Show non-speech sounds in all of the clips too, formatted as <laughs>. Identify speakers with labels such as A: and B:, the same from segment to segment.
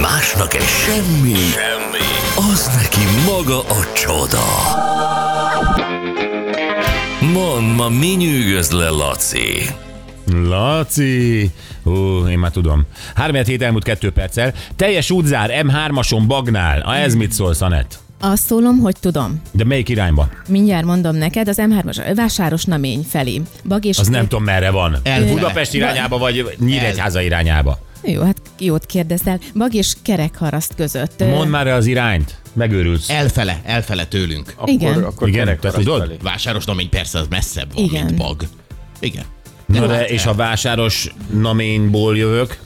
A: másnak egy semmi, semmi, az neki maga a csoda. Mond, ma mi nyűgöz le, Laci?
B: Laci! Ó, én már tudom. 3 hét elmúlt 2 perccel. Teljes útzár M3-ason Bagnál. A ez mit szól, Szanet?
C: Azt szólom, hogy tudom.
B: De melyik irányba?
C: Mindjárt mondom neked, az M3-as vásáros namény felé. Bag és
B: Az nem tudom merre van.
D: Elfele.
B: Budapest irányába vagy Nyíregyháza irányába?
C: Jó, hát jót kérdezel. Bag és kerekharaszt között. Ö,
B: Mondd már az irányt. Megőrülsz.
D: Elfele, elfele tőlünk.
E: Akkor,
C: Igen.
E: Akkor
B: Igen,
E: kerek
B: tehát
E: haraszt
B: tudod?
E: felé.
D: Vásáros domény persze az messzebb van,
C: Igen.
D: mint bag. Igen.
B: Na de,
D: hát
B: és
D: el.
B: ha vásáros naményból jövök,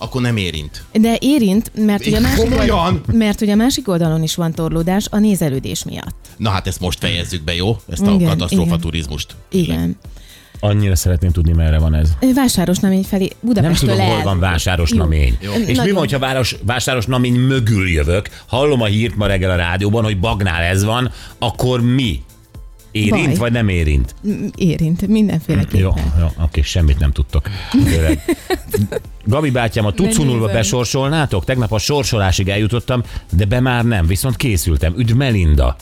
D: Akkor nem érint.
C: De érint, mert ugye, a másik
D: Komolyan?
C: oldalon, mert ugye a másik oldalon is van torlódás a nézelődés miatt.
D: Na hát ezt most fejezzük be, jó? Ezt a
C: Igen,
D: katasztrófa
C: igen.
D: turizmust.
C: Igen.
B: annyira szeretném tudni, merre van ez.
C: Ö, Vásáros namény felé
B: Nem
C: Budapestől
B: tudom,
C: el.
B: hol van vásáros
C: Jó.
B: namény.
C: Jó.
B: És mi
C: Nagyon.
B: van, ha város, vásáros namény mögül jövök, hallom a hírt ma reggel a rádióban, hogy Bagnál ez van, akkor mi? Érint,
C: Baj.
B: vagy nem érint?
C: Érint, mindenféleképpen.
B: Jó, jó, oké, semmit nem tudtok. Tényleg. Gabi bátyám, a tucunulva
C: Menjünk be.
B: besorsolnátok? Tegnap a sorsolásig eljutottam, de be már nem, viszont készültem. Üdv Melinda.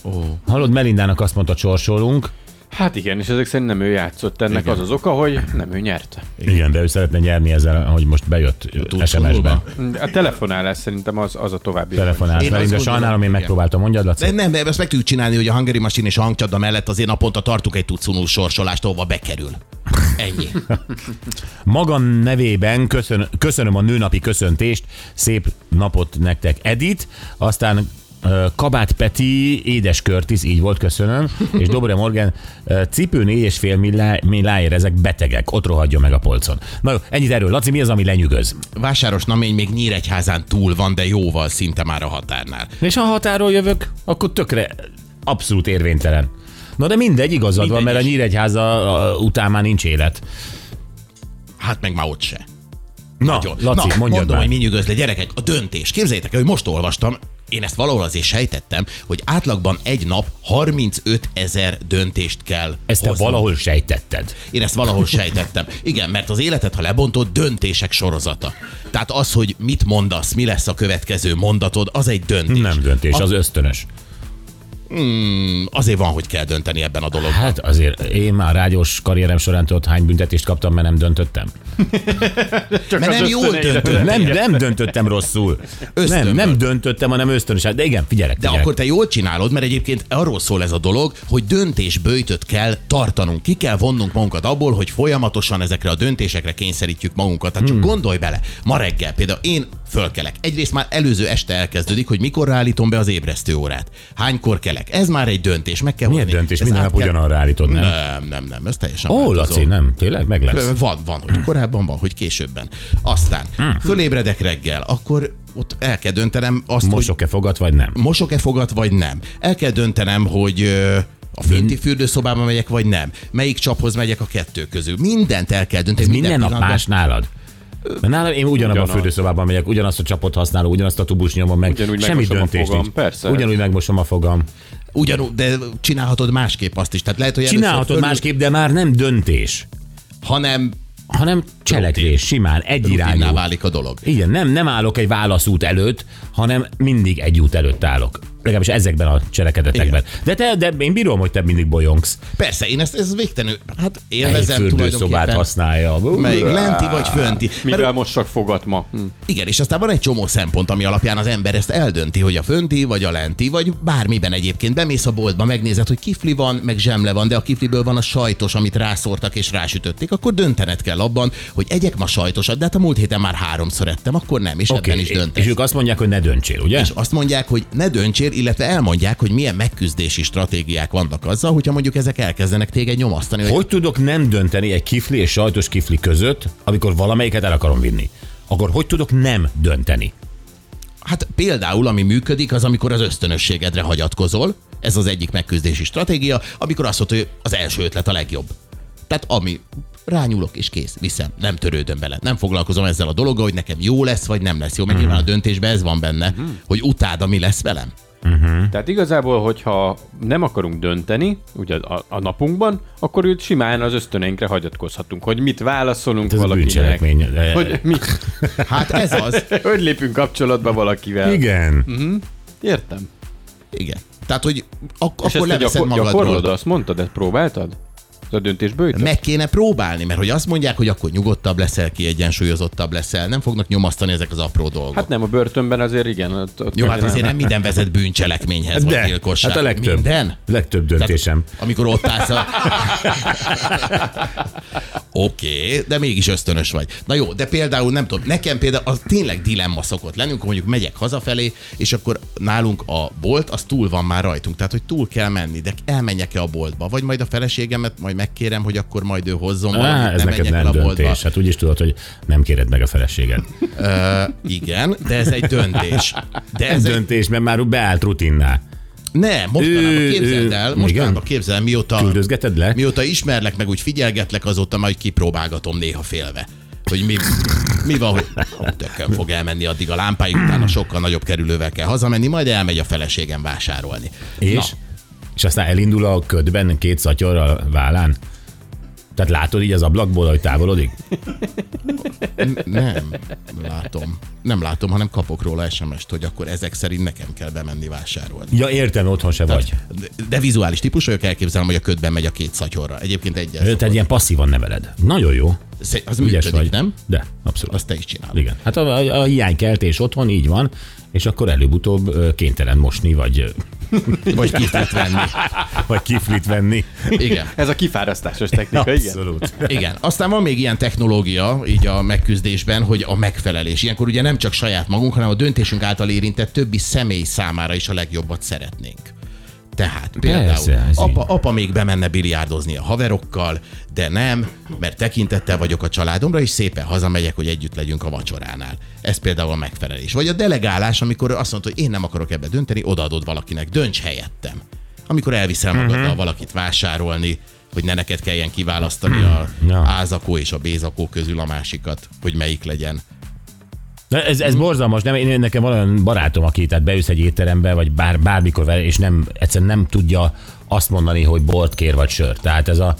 B: Hallod, Melindának azt mondta, sorsolunk.
E: Hát igen, és ezek szerint nem ő játszott. Ennek az az oka, hogy nem ő nyerte.
B: Igen, de ő szeretne nyerni ezzel, hogy most bejött SMS-ben.
E: A telefonálás szerintem az, az a további.
B: Telefonálsz,
D: Én azt
B: Melinda,
D: gondolom,
B: sajnálom, én
D: igen.
B: megpróbáltam, mondjad, Laci.
D: De nem, de ezt meg tudjuk csinálni, hogy a Hungary Machine és a hangcsapda mellett azért naponta tartunk egy tucunú sorsolást, ahova bekerül.
C: <laughs>
D: Ennyi.
B: Magam nevében köszön, köszönöm a nőnapi köszöntést, szép napot nektek, Edit, aztán ö, Kabát Peti, Édes Körtis, így volt, <laughs> köszönöm, és Dobre Morgan, ö, cipő 4,5 millá- milláért, ezek betegek, ott rohadjon meg a polcon. Na jó, ennyit erről. Laci, mi az, ami lenyűgöz?
D: Vásáros namény még Nyíregyházán túl van, de jóval szinte már a határnál.
B: És ha határól jövök, akkor tökre abszolút érvénytelen. Na de mindegy, igazad
D: Mindegy
B: van, mert a
D: is.
B: Nyíregyháza ö, után már nincs élet.
D: Hát meg már ott se.
B: Na,
D: Jó.
B: Laci,
D: Na,
B: mondjad
D: mondom,
B: már.
D: hogy mi nyűgöz le, gyerekek, a döntés. Képzeljétek el, hogy most olvastam, én ezt valahol azért sejtettem, hogy átlagban egy nap 35 ezer döntést kell
B: Ezt te
D: hozni.
B: valahol sejtetted.
D: Én ezt valahol sejtettem. Igen, mert az életet, ha lebontod, döntések sorozata. Tehát az, hogy mit mondasz, mi lesz a következő mondatod, az egy döntés.
B: Nem döntés,
D: A-
B: az ösztönös.
D: Azért van, hogy kell dönteni ebben a dologban.
B: Hát azért én már rádiós karrierem során tudod, hány büntetést kaptam, mert nem döntöttem.
D: Mert nem jól döntöttél.
B: Nem, nem döntöttem rosszul.
D: Ösztönből.
B: Nem, nem döntöttem, hanem ösztönösen. De igen, figyelek.
D: De
B: figyelek.
D: akkor te jól csinálod, mert egyébként arról szól ez a dolog, hogy döntésbőjtöt kell tartanunk. Ki kell vonnunk magunkat abból, hogy folyamatosan ezekre a döntésekre kényszerítjük magunkat. Tehát
B: Hmm.
D: csak gondolj bele, ma reggel például én fölkelek. Egyrészt már előző este elkezdődik, hogy mikor állítom be az ébresztő órát. Hánykor kelek? Ez már egy döntés, meg kell
B: Milyen
D: hozni.
B: döntés?
D: Ez
B: Minden
D: át
B: nap ugyanarra állítod, nem?
D: Nem, nem, nem, ez teljesen
B: Ó,
D: változó.
B: Laci, nem, tényleg meg lesz.
D: Ö, Van, van, hogy korábban, van, hogy későbben. Aztán
B: Hmm.
D: fölébredek reggel, akkor ott el kell döntenem azt, hogy
B: Mosok-e fogat, vagy nem?
D: mosok-e fogat, vagy nem. El kell döntenem, hogy ö, a fönti fürdőszobába megyek, vagy nem. Melyik csaphoz megyek a kettő közül. Mindent el kell dönteni.
B: Minden nap
D: pillanatban.
B: más nálad? Mert nálam én ugyanabban a
E: Ugyanaz.
B: fürdőszobában megyek, ugyanazt a csapot használom, ugyanazt a tubus nyomom meg,
E: Ugyanúgy
B: semmi
E: megmosom a
B: döntést
E: fogam,
B: nincs.
E: persze.
B: Ugyanúgy megmosom a fogam.
D: Ugyanúgy, de csinálhatod másképp azt is. Tehát lehet, hogy először
B: Csinálhatod
D: fölül-
B: másképp, de már nem döntés,
D: hanem
B: hanem cselekvés, simán, egy
D: rutinná
B: irányú.
D: válik a dolog.
B: Igen, nem, nem állok egy válaszút előtt, hanem mindig egy út előtt állok. Legalábbis ezekben a cselekedetekben. De, te, de én bírom, hogy te mindig bolyongsz.
D: Persze, én ezt, ez végtelenül, hát
B: Egy
D: élvezem
B: fürdőszobát
D: tulajdonképpen.
B: használja.
D: Melyik lenti vagy fönti. Mert
E: Mivel mossak fogat ma? Hm.
D: Igen, és aztán van egy csomó szempont, ami alapján az ember ezt eldönti, hogy a fönti, vagy a lenti, vagy bármiben egyébként. Bemész a boltba, megnézed, hogy kifli van, meg zsemle van, de a kifliből van a sajtos, amit rászórtak és rásütötték, akkor döntened kell abban, hogy egyek ma sajtosat, de hát a múlt héten már háromszor ettem, akkor nem, és okay, ebben
B: Okay,
D: is döntesz.
B: és ők azt mondják, hogy ne döntsél, ugye?
D: És azt mondják, hogy ne döntsél, illetve elmondják, hogy milyen megküzdési stratégiák vannak azzal, hogyha mondjuk ezek elkezdenek téged nyomasztani. Hogy?
B: Hogy tudok nem dönteni egy kifli és sajtos kifli között, amikor valamelyiket el akarom vinni? Akkor hogy tudok nem dönteni?
D: Hát például, ami működik, az amikor az ösztönösségedre hagyatkozol. Ez az egyik megküzdési stratégia, amikor azt mondod, hogy az első ötlet a legjobb. Tehát ami rányúlok és kész, viszem, nem törődöm vele, nem foglalkozom ezzel a
E: Mhm.
D: dologgal, hogy nekem jó lesz, vagy nem lesz jó, mert nyilván a döntésben ez van benne, hogy utáda mi lesz velem.
E: Uh-huh. Tehát igazából, hogyha nem akarunk dönteni ugye a, a napunkban, akkor őt simán az ösztöneinkre hagyatkozhatunk, hogy mit válaszolunk
B: Hát Ez
E: valakinek.
B: bűncselekmény. Eh, De-
E: Hogy
B: <laughs>
E: mi,
D: Hát ez az.
E: <laughs> hogy lépünk kapcsolatba valakivel.
D: Mm.
B: Igen.
E: Értem.
D: Igen. Tehát, hogy ak- akkor
E: És ezt te
D: leveszed
E: gyakor-
D: magadról.
E: gyakorlod, azt mondtad, ezt próbáltad? Ez a döntés bőjtött?
D: Meg kéne próbálni, mert hogy azt mondják, hogy akkor nyugodtabb leszel, kiegyensúlyozottabb leszel, nem fognak nyomasztani ezek az apró dolgok.
E: Hát nem, a börtönben azért igen. Ott, ott
D: Jó, hát azért nem minden vezet bűncselekményhez, vagy
B: De,
D: gyilkosság.
B: hát a legtöbb.
D: Minden?
B: Legtöbb döntésem.
D: Amikor ott állsz
B: <laughs>
D: a... Oké, okay, de mégis ösztönös vagy. Na jó, de például nem tudom, nekem például az tényleg dilemma szokott lenni, amikor mondjuk megyek hazafelé, és akkor nálunk a bolt, az túl van már rajtunk, tehát hogy túl kell menni, de elmenjek-e a boltba, vagy majd a feleségemet majd megkérem, hogy akkor majd ő hozzon
B: Á,
D: valamit,
B: ez
D: ne
B: neked
D: menjek el
B: nem
D: a boltba.
B: döntés. Hát úgyis tudod, hogy nem kéred meg a feleséged.
D: Igen, de ez egy döntés. De
B: Ez
D: ez egy
B: döntés, mert már beállt rutinná.
D: Nem, mostanában
B: Ő-
D: képzeld el,
B: ő-
D: mostanában
B: igen?
D: képzeld el, mióta,
B: Küldözgeted le?
D: mióta ismerlek, meg úgy figyelgetlek, azóta majd kipróbálgatom néha félve. Hogy mi, mi van, hogy tökön fog elmenni addig a lámpáig, utána sokkal nagyobb kerülővel kell hazamenni, majd elmegy a feleségem vásárolni. Na,
B: És? És aztán elindul a ködben két szatyor a vállán? Tehát látod így az ablakból, hogy távolodik?
D: nem látom. Nem látom, hanem kapok róla SMS-t, hogy akkor ezek szerint nekem kell bemenni vásárolni.
B: Ja, értem, otthon se vagy.
D: De, de vizuális típus vagyok, elképzelem, hogy a ködben megy a két szatyorra. Egyébként egyes.
B: Tehát ilyen passzívan neveled. Nagyon jó.
D: Az
B: Ügyes
D: működik,
B: vagy.
D: nem?
B: De, abszolút.
D: Azt te is csinálod.
B: Igen. Hát a, a, a hiánykeltés otthon így van, és akkor előbb-utóbb ö, kénytelen mosni, vagy, ö,
D: Vagy kiflit venni.
B: vagy kiflit venni.
D: Igen.
E: Ez a kifárasztásos technika, igen.
B: Abszolút.
D: Igen. Aztán van még ilyen technológia, így a megküzdésben, hogy a megfelelés. Ilyenkor ugye nem csak saját magunk, hanem a döntésünk által érintett többi személy számára is a legjobbat szeretnénk. Tehát például
B: Persze, ez
D: apa, apa még bemenne biliárdozni a haverokkal, de nem, mert tekintettel vagyok a családomra, és szépen hazamegyek, hogy együtt legyünk a vacsoránál. Ez például a megfelelés. Vagy a delegálás, amikor azt mondod, hogy én nem akarok ebbe dönteni, odaadod valakinek, dönts helyettem. Amikor elviszel
B: Mhm.
D: magaddal uh-huh. valakit vásárolni, hogy ne neked kelljen kiválasztani a
B: Ja.
D: ázakó és a bézakó közül a másikat, hogy melyik legyen.
B: Na, Ez, ez borzalmas, nem, én, nekem van olyan barátom, aki tehát beülsz egy étterembe, vagy bár, bármikor vele, és nem, egyszerűen nem tudja azt mondani, hogy bort kér, vagy sört. Tehát ez a,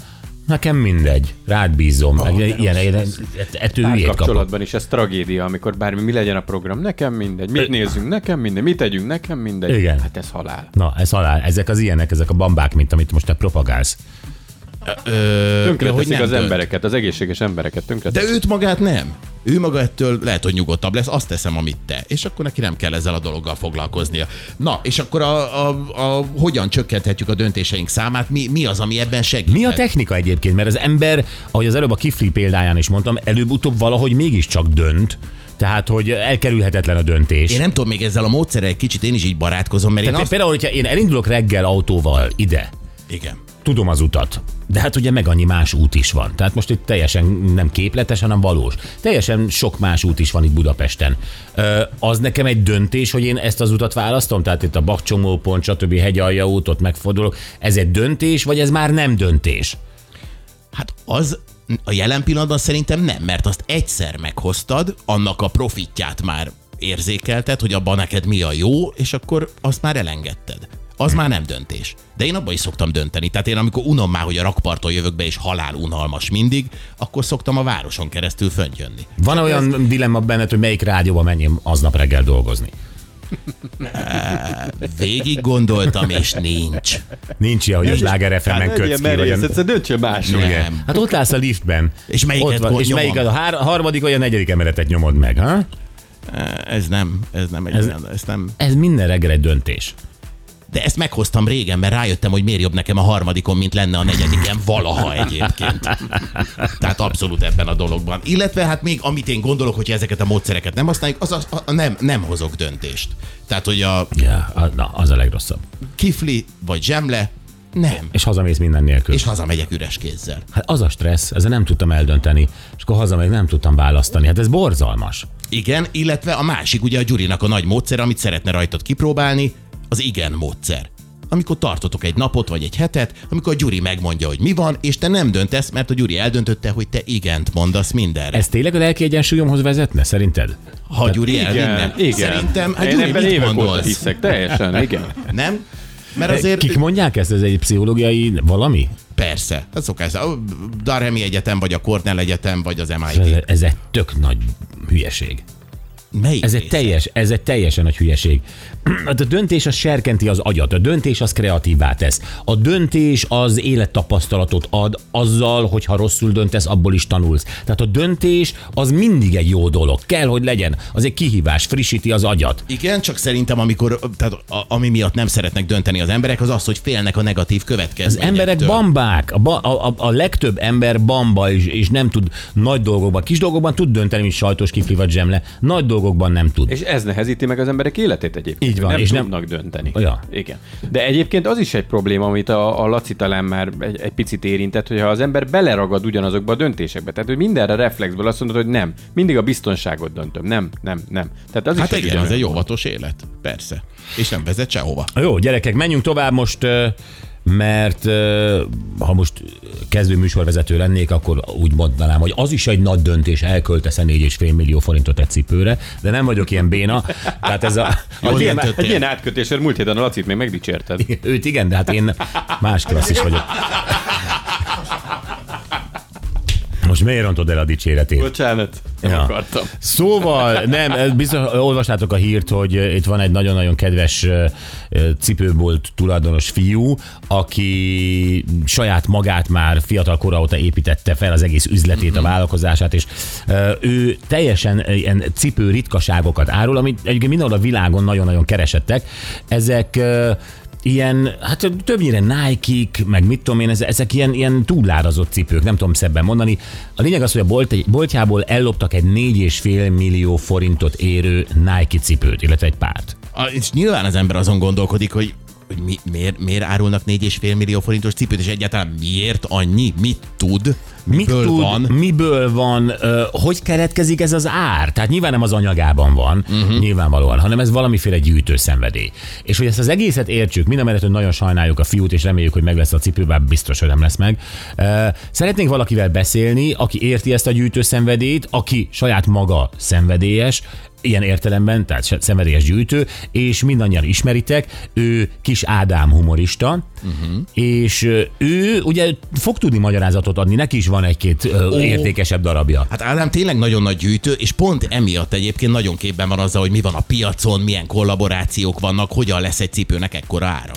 B: nekem mindegy, rád bízom. Oh, ilyen, ilyen, ettől hülyét kapok.
E: Kapcsolatban is ez tragédia, amikor bármi mi legyen a program, nekem mindegy, mit nézzünk, nekem mindegy, mit tegyünk, nekem mindegy.
B: Igen.
E: Hát ez halál.
B: Na, ez halál. Ezek az ilyenek, ezek a bambák, mint amit most te propagálsz.
E: Tönkre
D: hogy
E: teszik
D: nem
E: az
D: dönt.
E: embereket, az egészséges embereket tönkre
D: De
E: teszik.
D: őt magát nem. Ő maga ettől lehet, hogy nyugodtabb lesz, azt teszem, amit te. És akkor neki nem kell ezzel a dologgal foglalkoznia. Na, és akkor a, a, a, hogyan csökkenthetjük a döntéseink számát? Mi, mi az, ami ebben segít?
B: Mi a technika egyébként? Mert az ember, ahogy az előbb a kifli példáján is mondtam, előbb-utóbb valahogy mégiscsak dönt. Tehát, hogy elkerülhetetlen a döntés.
D: Én nem tudom, még ezzel a módszerrel egy kicsit én is így barátkozom, mert
B: Tehát azt...
D: én azt...
B: például, hogyha én elindulok reggel autóval ide,
D: Igen.
B: tudom az utat. De hát ugye meg annyi más út is van. Tehát most itt teljesen nem képletes, hanem valós. Teljesen sok más út is van itt Budapesten. Ö, az nekem egy döntés, hogy én ezt az utat választom? Tehát itt a Bakcsomópont, stb. hegyalja út, ott megfordulok. Ez egy döntés, vagy ez már nem döntés?
D: Hát az a jelen pillanatban szerintem nem, mert azt egyszer meghoztad, annak a profitját már érzékelted, hogy abban neked mi a jó, és akkor azt már elengedted. Az már nem döntés. De én abban is szoktam dönteni. Tehát én amikor unom már, hogy a rakparton jövök be, és halál unalmas mindig, akkor szoktam a városon keresztül föntjönni.
B: Van olyan ez... dilemma benned, hogy melyik rádióba menjünk aznap reggel dolgozni?
D: Végig gondoltam, és nincs.
B: Nincs ilyen, hogy a Sláger FM-en
E: Hát egy
B: kötsz
E: ilyen
B: ki, vagy
E: merész,
B: a-
E: egyszer döntse másról.
D: Igen.
B: Igen. Hát ott állsz a liftben.
D: És melyiket
B: ott
D: gond-
B: és
D: hát nyomom?
B: melyik az a hár, harmadik vagy a negyedik emeletet nyomod meg, ha?
D: Ez nem, ez nem egy, ez, ez nem.
B: Ez minden reggel egy döntés.
D: De ezt meghoztam régen, mert rájöttem, hogy miért jobb nekem a harmadikon, mint lenne a negyediken valaha egyébként. Tehát abszolút ebben a dologban. Illetve hát még amit én gondolok, hogy ezeket a módszereket nem használjuk, az, az a, nem, nem hozok döntést. Tehát, hogy a
B: Ja, a- na, az a legrosszabb.
D: kifli vagy zsemle, nem.
B: És hazamész minden nélkül.
D: És hazamegyek üres kézzel.
B: Hát az a stressz, ezzel nem tudtam eldönteni, és akkor hazamegyek, nem tudtam választani. Hát ez borzalmas.
D: Igen, illetve a másik, ugye a Gyurinak a nagy módszer, amit szeretne rajtad kipróbálni, az igen módszer. amikor tartotok egy napot vagy egy hetet, amikor a Gyuri megmondja, hogy mi van, és te nem döntesz, mert a Gyuri eldöntötte, hogy te igent mondasz mindenre.
B: Ez tényleg a lelki egyensúlyomhoz vezetne, szerinted?
D: ha Gyuri elvinne.
E: Hát Igen, igen.
D: Szerintem, hát
E: Én
D: Gyuri,
E: ebben
D: mit
E: évek óta
D: gondolsz?
E: hiszek, teljesen, igen.
B: <laughs>
D: Nem? Mert azért
B: Kik mondják ezt? Ez egy pszichológiai valami?
D: persze, ez szokás. A Darhemi Egyetem, vagy a Cornell Egyetem, vagy az
B: Ez,
D: MIT.
B: ez egy tök nagy hülyeség.
D: Melyik
B: Ez egy,
D: része?
B: teljes, ez egy teljesen nagy hülyeség. Hát A döntés az serkenti az agyat, a döntés az kreatívvá tesz. A döntés az élettapasztalatot ad azzal, hogyha rosszul döntesz, abból is tanulsz. Tehát a döntés az mindig egy jó dolog. Kell, hogy legyen. Az egy kihívás, frissíti az agyat.
D: Igen, csak szerintem, amikor, tehát a, ami miatt nem szeretnek dönteni az emberek, az az, hogy félnek a negatív
B: Az
D: következményektől.
B: emberek bambák, a, ba, a, a, a legtöbb ember bamba, és, és nem tud nagy dolgokban, kis dolgokban tud dönteni, mint sajtos kifli vagy zsemle, nagy dolgokban nem tud.
E: És ez nehezíti meg az emberek életét egyébként.
B: Így van,
E: hogy nem
B: és nem-
E: tudnak nem... dönteni.
B: Ja.
E: Igen. De egyébként az is egy probléma, amit a, a Laci talán már egy, egy picit érintett, hogyha az ember beleragad ugyanazokba a döntésekbe. Tehát, hogy mindenre reflexből azt mondod, hogy nem, mindig a biztonságot döntöm. Nem, nem, nem. Tehát az
D: Hát
E: is
D: igen,
E: ugyanolyan.
D: ez egy óvatos élet, persze. És nem vezet sehova.
B: Jó, gyerekek, menjünk tovább most, ö, mert ö, ha most kezdő műsorvezető lennék, akkor úgy mondanám, hogy az is egy nagy döntés, elköltesz 4,5 millió forintot egy cipőre, de nem vagyok ilyen béna. Tehát ez a, a
D: Jól
B: téma,
E: Egy ilyen
D: döntöttél.
E: átkötésért múlt héten a Lacit még megdicsérted.
B: őt igen, de hát én más klasszis vagyok. Most miért rontod el a dicséretét?
E: Bocsánat, nem
B: Ja.
E: ja. akartam.
B: Szóval, nem, ez biztos olvastátok a hírt, hogy ö, itt van egy nagyon-nagyon kedves ö, ö, cipőbolt tulajdonos fiú, aki saját magát már fiatal kora óta építette fel az egész üzletét,
E: Mhm.
B: a vállalkozását, és ö, ő teljesen ö, ilyen cipő ritkaságokat árul, amit egyébként mindenhol a világon nagyon-nagyon keresettek. Ezek ö, ilyen, hát többnyire nike meg mit tudom én, ez- ezek ilyen, ilyen túlárazott cipők, nem tudom szebben mondani. A lényeg az, hogy a bolt, egy, boltjából elloptak egy 4,5 millió forintot érő Nike cipőt, illetve egy párt.
D: A, és nyilván az ember azon gondolkodik, hogy hogy mi, miért, miért árulnak 4,5 millió forintos cipőt, és egyáltalán miért annyi, mit tud,
B: Mit
D: miből
B: tud,
D: van.
B: miből van, ö, hogy keretkezik ez az ár? Tehát nyilván nem az anyagában van,
D: Mhm.
B: uh-huh. nyilvánvalóan, hanem ez valamiféle gyűjtőszenvedély. És hogy ezt az egészet értsük, mind a mellett, hogy nagyon sajnáljuk a fiút, és reméljük, hogy meg lesz a cipő, bár biztos, hogy nem lesz meg. Ö, Szeretnénk valakivel beszélni, aki érti ezt a gyűjtőszenvedélyt, aki saját maga szenvedélyes, ilyen értelemben, tehát se- szenvedélyes gyűjtő, és mindannyian ismeritek, ő kis Ádám humorista, uh-huh. és ö, ő ugye fog tudni magyarázatot adni, neki is van egy-két ö, értékesebb darabja.
D: Hát Ádám tényleg nagyon nagy gyűjtő, és pont emiatt egyébként nagyon képben van azzal, hogy mi van a piacon, milyen kollaborációk vannak, hogyan lesz egy cipőnek ekkora ára.